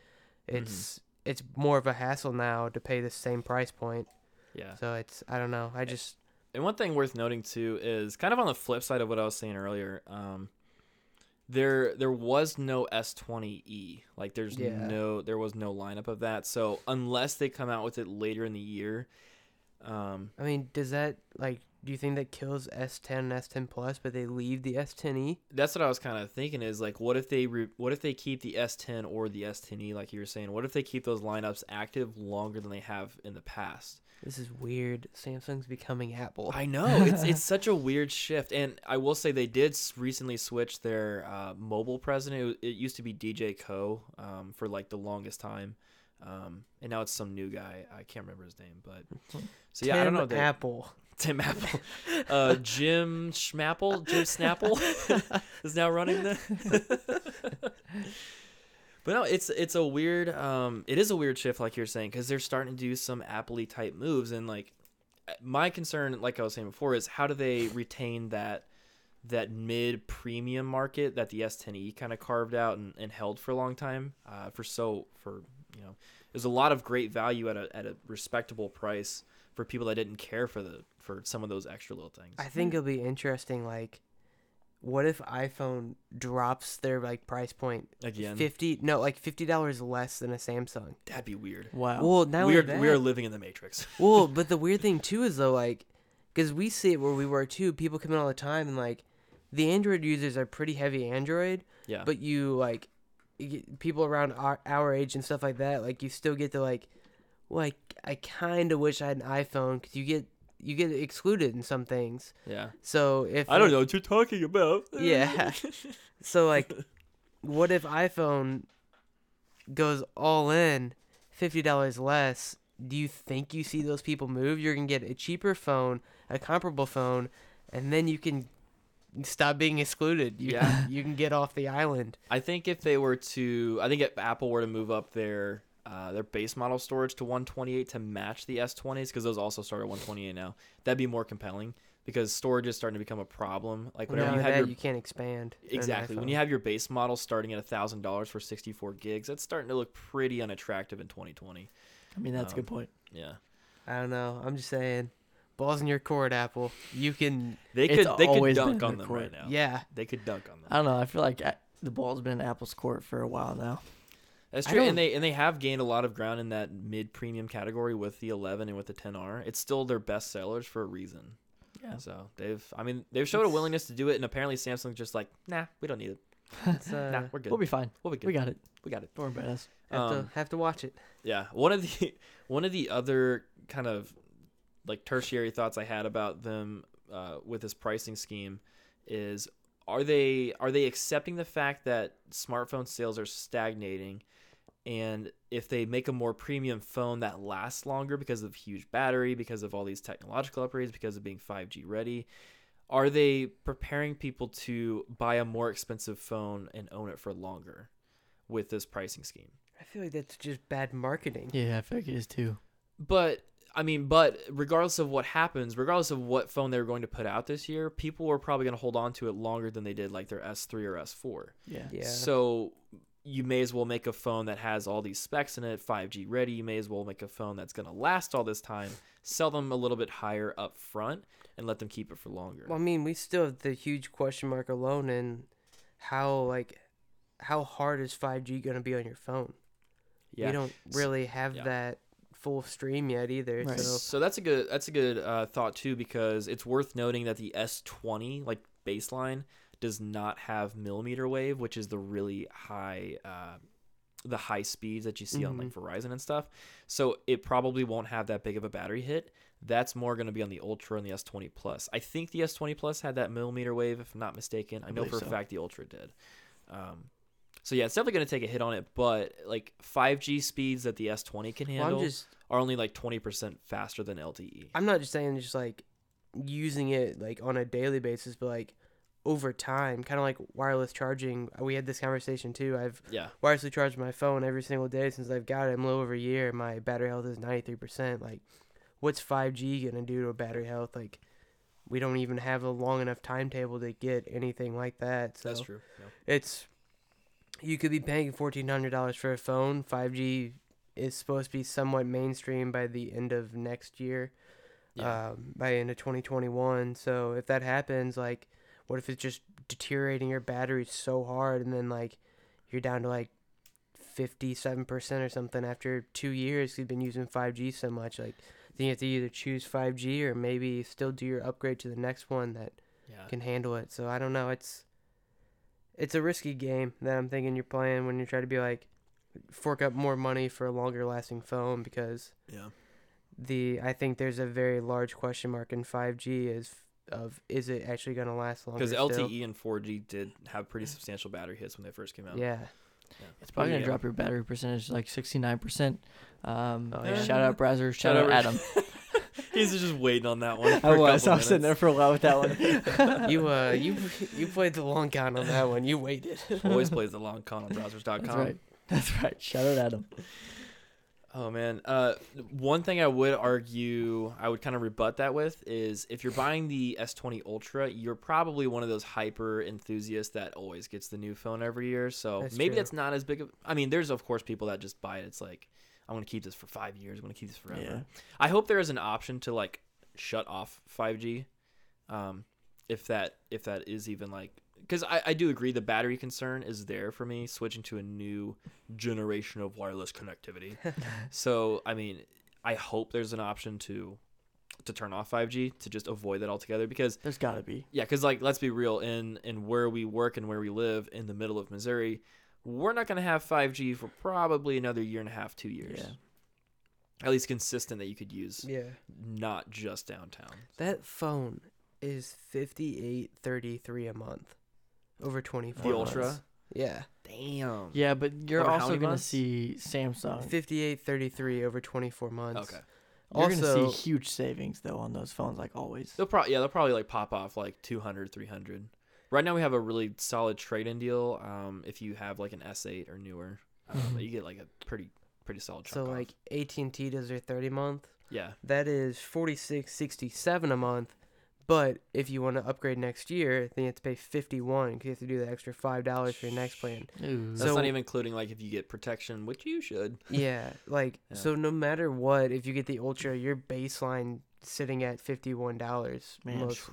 S1: Mm-hmm.
S3: it's it's more of a hassle now to pay the same price point.
S1: Yeah.
S3: So it's I don't know. I just
S1: And one thing worth noting too is kind of on the flip side of what I was saying earlier. Um, there there was no S20e. Like there's
S3: Yeah.
S1: no there was no lineup of that. So unless they come out with it later in the year, um,
S3: I mean, does that like do you think that kills S10 and S10 Plus but they leave the E? S10e?
S1: that's what I was kind of thinking is like what if they re- what if they keep the S10 or the S10e like you were saying? What if they keep those lineups active longer than they have in the past?
S3: This is weird. Samsung's becoming Apple.
S1: I know it's it's such a weird shift, and I will say they did s- recently switch their uh, mobile president. It, it used to be DJ Co um, for like the longest time, um, and now it's some new guy. I can't remember his name, but so yeah, I don't
S3: Tim
S1: know. They,
S3: Apple.
S1: Tim Apple, uh, Jim Schmapple, Jim Snapple is now running the. but no, it's it's a weird, um, it is a weird shift, like you're saying, because they're starting to do some Apple type moves, and like uh, my concern, like I was saying before, is how do they retain that that mid premium market that the S10e kind of carved out and, and held for a long time, uh, for so for you know, there's a lot of great value at a at a respectable price for people that didn't care for the for some of those extra little things.
S3: I think it'll be interesting. Like, what if iPhone drops their like price point
S1: Again,
S3: fifty? No, like fifty dollars less than a Samsung.
S1: that'd be weird.
S2: Wow.
S3: Well, not
S1: We
S3: only
S1: are we are
S3: that-
S1: living in the matrix.
S3: well, but the weird thing too is though, like, because we see it where we were too. People come in all the time, and like, the Android users are pretty heavy Android,
S1: Yeah,
S3: but you like, you get people around our, our age and stuff like that. Like, you still get to like, like, I kind of wish I had an iPhone because you get you get excluded in some things.
S1: yeah.
S3: So if
S1: I don't know what you're talking about.
S3: Yeah. So like, what if iPhone goes all in, fifty dollars less? Do you think you see those people move? You're gonna get a cheaper phone, a comparable phone, and then you can stop being excluded. You,
S1: Yeah.
S3: you can get off the island.
S1: I think if they were to, I think if Apple were to move up their uh, their base model storage to 128 to match the S20s, because those also start at 128 now, that'd be more compelling because storage is starting to become a problem. Like whenever
S3: Without
S1: you have
S3: that,
S1: your
S3: you can't expand. in an
S1: exactly when
S3: iPhone.
S1: you have your base model starting at thousand dollars for 64 gigs, that's starting to look pretty unattractive in 2020.
S2: I mean, that's
S1: um,
S2: a good point.
S1: Yeah,
S3: I don't know. I'm just saying, balls in your court, Apple. You can.
S1: they
S2: It's
S1: could they could
S2: always been
S1: dunk
S2: their
S1: on them right
S2: court.
S1: now.
S3: Yeah.
S1: They could dunk on them.
S2: I don't know. I feel like a- the ball's been in Apple's court for a while now.
S1: That's
S3: I
S1: true,
S3: don't-
S1: and they and they have gained a lot of ground in that mid premium category with the 11 and with the 10R. It's still their best sellers for a reason.
S2: Yeah.
S1: So they've, I mean, they've showed a
S3: It's-
S1: willingness to do it, and apparently Samsung's just like, nah, we don't need it.
S3: It's, uh,
S1: Nah, we're good.
S2: We'll be fine.
S1: We'll be good.
S2: We got it.
S1: We got it.
S2: Don't worry about us.
S3: have,
S1: Um,
S3: to, have to watch it.
S1: Yeah. One of the one of the other kind of like tertiary thoughts I had about them uh, with this pricing scheme is are they are they accepting the fact that smartphone sales are stagnating and if they make a more premium phone that lasts longer because of huge battery because of all these technological upgrades because of being 5G ready are they preparing people to buy a more expensive phone and own it for longer with this pricing scheme
S3: I feel like that's just bad marketing.
S2: Yeah, I feel like it is too.
S1: but I mean, but regardless of what happens, regardless of what phone they were going to put out this year, people were probably going to hold on to it longer than they did like their S3 or S4.
S2: Yeah.
S3: Yeah.
S1: So you may as well make a phone that has all these specs in it, 5G ready. You may as well make a phone that's going to last all this time, sell them a little bit higher up front, and let them keep it for longer.
S3: Well, I mean, we still have the huge question mark alone in how like how hard is 5G going to be on your phone?
S1: yeah.
S3: We don't really have
S1: yeah.
S3: that full stream yet either.
S2: Right.
S3: So
S1: So that's a good that's a good uh, thought too because it's worth noting that the S20 like baseline does not have millimeter wave, which is the really high uh, the high speeds that you see on like Verizon and stuff. So it probably won't have that big of a battery hit. That's more going to be on the Ultra and the S20 Plus. I think the S20 Plus had that millimeter wave, if I'm not mistaken. I, know
S2: believe
S1: for
S2: so.
S1: a fact the Ultra did. Um, so yeah, it's definitely going to take a hit on it, but like 5G speeds that the S20 can
S3: Well,
S1: handle
S3: I'm just
S1: are only like 20% faster than E. LTE.
S3: I'm not just saying just like using it like on a daily basis, but like over time, kind of like wireless charging. We had this conversation too. I've
S1: Yeah.
S3: wirelessly charged my phone every single day since I've got it. I'm a little over a year. My battery health is 93%. Like, what's 5G going to do to a battery health? Like, we don't even have a long enough timetable to get anything like that. So
S1: That's true. Yeah.
S3: it's you could be paying fourteen hundred dollars for a phone. Five G is supposed to be somewhat mainstream by the end of next year,
S1: Yeah.
S3: um, by end of twenty twenty one. So if that happens, like, what if it's just deteriorating your battery so hard, and then like you're down to like fifty seven percent or something after two years? 'cause You've been using five G so much, like then you have to either choose five G or maybe still do your upgrade to the next one that
S1: Yeah.
S3: can handle it. So I don't know. It's it's a risky game that I'm thinking you're playing when you try to be like fork up more money for a longer lasting phone because
S1: Yeah.
S3: the I think there's a very large question mark in 5G is of is it actually going to last longer?
S1: Because
S3: still?
S1: LTE and 4G did have pretty substantial battery hits when they first came out.
S3: Yeah.
S2: It's probably gonna
S1: Yeah.
S2: drop your battery percentage to like sixty nine percent. Um,
S3: Oh, yeah.
S2: Shout out Brazzer, shout, out Adam.
S1: He's just waiting on that one. for
S2: I
S1: a
S2: was,
S1: couple
S2: I was sitting there
S1: minutes.
S2: for a while with that one.
S3: you uh you you played the long con on that one. You waited.
S1: Always plays the long con on browsers.com.
S2: That's right. That's right. Shout out Adam.
S1: Oh man. Uh, one thing I would argue, I would kind of rebut that with is if you're buying the S20 Ultra, you're probably one of those hyper enthusiasts that always gets the new phone every year. So
S3: That's
S1: maybe
S3: true.
S1: that's not as big of. I mean, there's of course people that just buy it. It's like I'm gonna keep this for five years. I'm gonna keep this forever.
S2: Yeah.
S1: I hope there is an option to like shut off 5G, um, if that if that is even like because I, I do agree the battery concern is there for me switching to a new generation of wireless connectivity. so I mean, I hope there's an option to to turn off 5G to just avoid that altogether because
S2: There's gotta be.
S1: yeah, because like let's be real, in in where we work and where we live in the middle of Missouri, we're not gonna have 5G for probably another year and a half, two years.
S2: Yeah.
S1: At least consistent that you could use,
S3: yeah.
S1: not just downtown.
S3: That phone is 58.33 a month. Over 24.
S1: The
S2: Four
S1: Ultra.
S2: months.
S3: Yeah.
S1: Damn.
S2: Yeah, but you're
S1: Over how
S2: also
S1: many
S2: gonna
S1: months?
S2: see Samsung.
S3: 58.33 over 24 months.
S1: Okay.
S2: You're gonna
S3: Also-
S2: see huge savings though on those phones, like always.
S1: They'll probably yeah, they'll probably like pop off like 200, 300. Right now we have a really solid trade-in deal. Um, if you have like an S8 or newer, um, you get like a pretty pretty solid
S3: Mm-hmm. So
S1: chunk off.
S3: like AT and T does their thirty month.
S1: yeah,
S3: That is forty six sixty seven a month. But if you want to upgrade next year, then you have to pay fifty one because you have to do the extra five dollars for your next plan.
S1: that's
S3: So-
S1: not even including like if you get protection, which you should.
S3: yeah, like
S1: Yeah.
S3: so. No matter what, if you get the ultra, your baseline sitting at fifty one dollars
S2: Man,
S3: most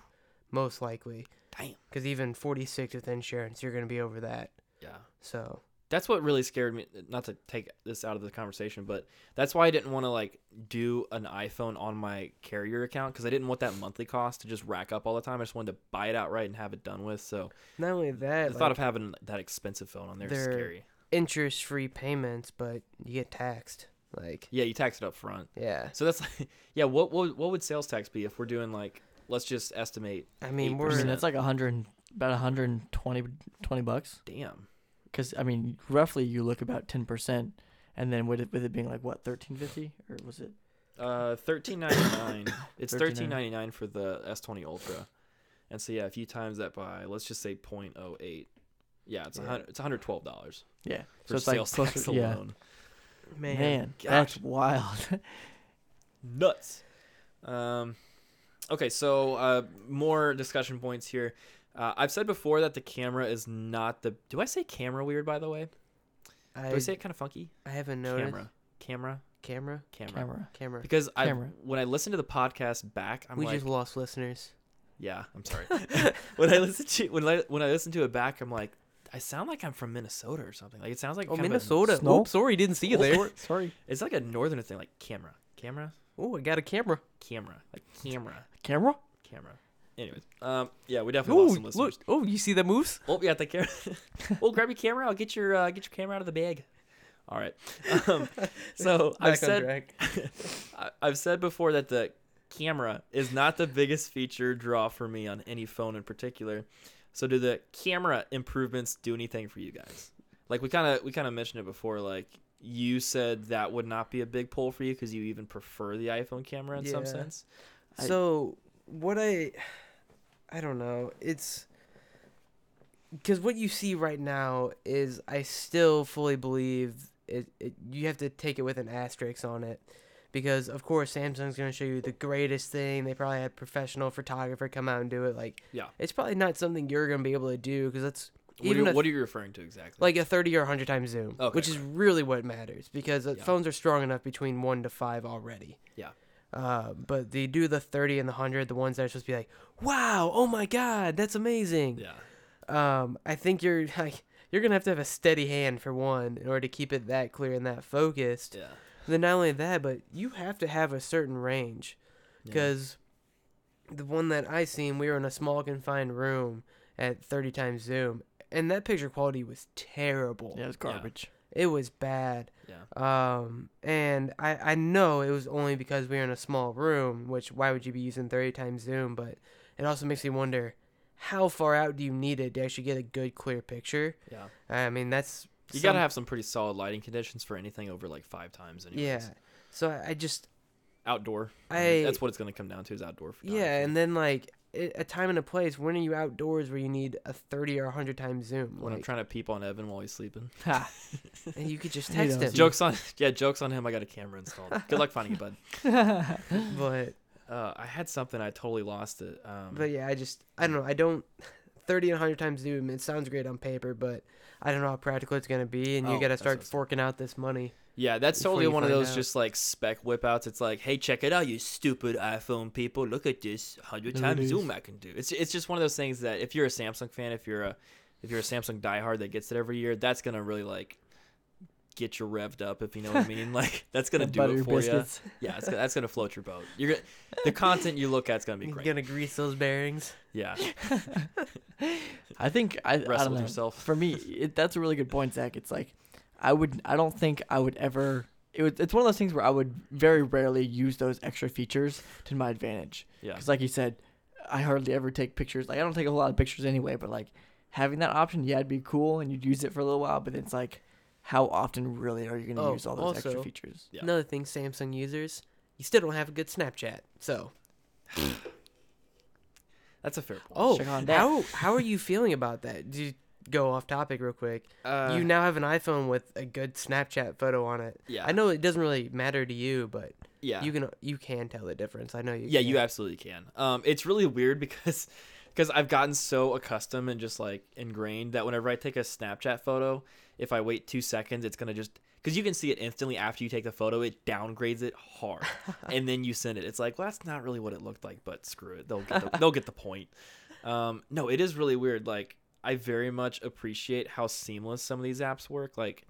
S3: most likely.
S1: Damn.
S3: Because even forty six with insurance, you're gonna be over that.
S1: Yeah.
S3: So
S1: that's what really scared me not to take this out of the conversation but that's why i didn't want to like do an iphone on my carrier account because i didn't want that monthly cost to just rack up all the time i just wanted to buy it outright and have it done with so
S3: not only
S1: the
S3: that,
S1: thought of having that expensive phone on there is
S3: They're-
S1: scary
S3: interest free payments, but you get taxed. Like
S1: yeah you tax it up front
S3: yeah,
S1: so that's like yeah what, what what would sales tax be if we're doing like let's just estimate
S3: I mean
S2: I
S3: we're
S1: 8%.
S2: mean, that's like a hundred, about a hundred and twenty, twenty bucks.
S1: damn
S2: Because I mean, roughly you look about ten percent, and then with it with it being like what thirteen fifty or was it?
S1: uh 13.99 it's
S2: 13.99.
S1: 13.99 for the s20 ultra and so yeah if you times that by let's just say 0.08 yeah it's a
S3: Yeah.
S1: 100 it's 112 dollars
S2: Yeah,
S1: for sales tax
S2: closer- yeah.
S1: alone.
S2: Man,
S1: gosh.
S2: that's wild.
S1: Nuts. Um, okay, so uh, more discussion points here. Uh, I've said before that the camera is not the. Do I say camera weird? By the way, do I,
S3: I,
S1: say it kind of funky?
S3: I haven't noticed
S1: Camera, camera,
S3: camera,
S1: camera.
S2: Camera.
S3: camera.
S1: Because I
S2: Camera.
S1: when I listen to the podcast back, I'm
S3: we
S1: like,
S3: just lost listeners.
S1: yeah, I'm sorry. when I listen to when I when I listen to it back, I'm like, I sound like I'm from Minnesota or something. Like it sounds like
S3: Oh,
S1: kind of a-
S3: Minnesota.
S2: snow?
S3: Oops, sorry, didn't see you there.
S2: Sorry,
S1: it's like a northern thing, like camera, camera,
S3: Oh, I got a camera.
S1: camera, like camera.
S2: camera.
S1: camera. Anyways, um, yeah, we definitely lost
S3: Oh,
S1: some listeners.
S3: look. Oh, you see the moves?
S1: Oh, yeah, the camera. well, grab your camera. I'll get your uh, get your camera out of the bag. All right. Um, so
S3: Back on
S1: I've said
S3: track.
S1: I- I've said before that the camera is not the biggest feature draw for me on any phone in particular. So do the camera improvements do anything for you guys? Like we kind of we kind of mentioned it before. Like you said that would not be a big pull for you because you even prefer the iPhone camera in some
S3: Yeah.
S1: sense.
S2: I-
S3: so what I I don't know. It's because what you see right now is I still fully believe it, it. You have to take it with an asterisk on it, because of course Samsung's going to show you the greatest thing. They probably had professional photographer come out and do it. Like
S1: Yeah.
S3: it's probably not something you're going to be able to do because that's
S1: What are,
S3: even
S1: you,
S3: a
S1: what are you referring to exactly?
S3: like a 30 or 100 times zoom
S1: Okay,
S3: which is really what matters because uh
S1: Yeah.
S3: phones are strong enough between 1 to 5 already
S1: Yeah.
S3: uh, but they do the 30 and the 100 the ones that are supposed to be like wow oh my god that's amazing
S1: yeah,
S3: um, i think you're like you're gonna have to have a steady hand for one in order to keep it that clear and that focused
S1: yeah,
S3: then not only that but you have to have a certain range
S1: yeah.
S3: because the one that I seen, we were in a small confined room at 30 times zoom, and that picture quality was terrible.
S2: Yeah, it's garbage.
S3: It was bad.
S1: Yeah.
S3: Um, and I I know it was only because we were in a small room, which why would you be using 30 times zoom? But it also makes me wonder, how far out do you need it to actually get a good clear picture?
S1: yeah.
S3: I mean that's
S1: You
S3: some-
S1: gotta have some pretty solid lighting conditions for anything over like five times. Anyways.
S3: yeah. So I, I just
S1: outdoor. I mean,
S3: I-
S1: that's what it's gonna come down to is outdoor.
S3: Yeah,
S1: photography.
S3: and then like i- a time and a place. When are you outdoors where you need a thirty or a hundred times zoom?
S1: when I'm
S3: Like,
S1: trying to peep on Evan while he's sleeping.
S2: Ha.
S3: and you could just
S2: You
S3: text
S2: know,
S3: him.
S1: Jokes on yeah, jokes on him. I got a camera installed. Good luck finding it, bud.
S3: But
S1: Uh, I had something, I totally lost it. Um,
S3: but yeah, I just I don't know. I don't thirty and hundred times zoom. It sounds great on paper, but I don't know how practical it's gonna be. And you
S1: Oh,
S3: gotta
S1: that's
S3: start
S1: what I was
S3: forking out this money.
S1: yeah, that's
S3: Before
S1: totally
S3: you
S1: one of
S3: find
S1: those
S3: out.
S1: just like spec whip outs. It's like, hey, check it out, you stupid iPhone people. Look at this hundred
S2: Look at
S1: times
S2: this."
S1: zoom I can do. It's it's just one of those things that if you're a Samsung fan, if you're a if you're a Samsung diehard that gets it every year, that's gonna really like get you revved up if you know what I mean. Like that's gonna
S2: That
S1: do
S2: buttery
S1: it for you.
S2: biscuits.
S1: Yeah, it's, gonna- that's gonna float your boat. You're gonna, the content you look at's gonna be
S3: You're
S1: great.
S3: gonna grease those bearings.
S1: Yeah,
S2: I think I, I
S1: wrestle
S2: don't
S1: with
S2: know.
S1: yourself.
S2: for me, it, that's a really good point, Zach. It's like I would, I don't think I would ever. It would, it's one of those things where I would very rarely use those extra features to my advantage.
S1: Yeah.
S2: Because, like you said, I hardly ever take pictures. Like I don't take a whole lot of pictures anyway. But like having that option, yeah, it'd be cool, and you'd use it for a little while. But it's like, how often really are you going to
S3: Oh,
S2: use all those extra
S3: also-
S2: features?
S1: Yeah.
S3: Another thing, Samsung users, you still don't have a good Snapchat. So
S1: That's a fair point.
S3: oh,
S2: Check on that.
S3: how how are you feeling about that? Do you go off topic real quick?
S1: Uh,
S3: you now have an iPhone with a good Snapchat photo on it.
S1: yeah,
S3: I know it doesn't really matter to you, but
S1: Yeah,
S3: you can you can tell the difference. I know you.
S1: yeah,
S3: can.
S1: you absolutely can. Um, it's really weird because because I've gotten so accustomed and just like ingrained that whenever I take a Snapchat photo, if I wait two seconds, it's gonna just because you can see it instantly after you take the photo, it downgrades it hard, and then you send it. It's like, well, that's not really what it looked like, but screw it, they'll get the, they'll get the point. Um, no, it is really weird. Like, I very much appreciate how seamless some of these apps work. Like,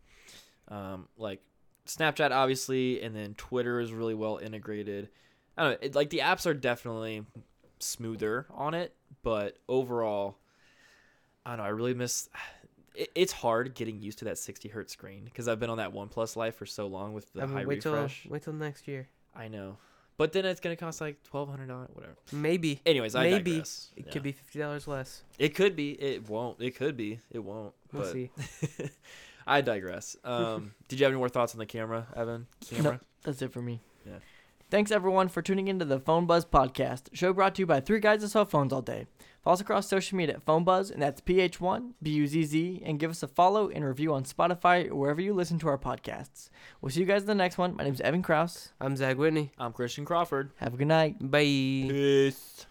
S1: um, like Snapchat obviously, and then Twitter is really well integrated. I don't know, it, like the apps are definitely smoother on it, but overall, I don't know. I really miss. It, it's hard getting used to that 60 hertz screen because I've been on that OnePlus Life for so long with the
S3: I mean,
S1: high
S3: wait
S1: refresh.
S3: till wait till next year.
S1: I know, but then it's gonna cost like twelve hundred dollars, whatever.
S3: Maybe
S1: Anyways, I
S3: Maybe.
S1: digress.
S3: it
S1: Yeah.
S3: could be fifty dollars less.
S1: It could be. It won't. It could be. It won't.
S3: We'll
S1: but
S3: see.
S1: I digress. Um, did you have any more thoughts on the camera, Evan? Camera.
S2: That's it for me.
S1: Yeah.
S2: Thanks everyone for tuning into the Phone Buzz podcast, show brought to you by three guys that sell phones all day. Follow us across social media at Phone Buzz, and that's PH1 BUZZ, and give us a follow and review on Spotify or wherever you listen to our podcasts. We'll see you guys in the next one. My name's Evan Kraus.
S3: I'm Zach Whitney.
S1: I'm Christian Crawford.
S2: Have a good night.
S3: Bye.
S1: Peace.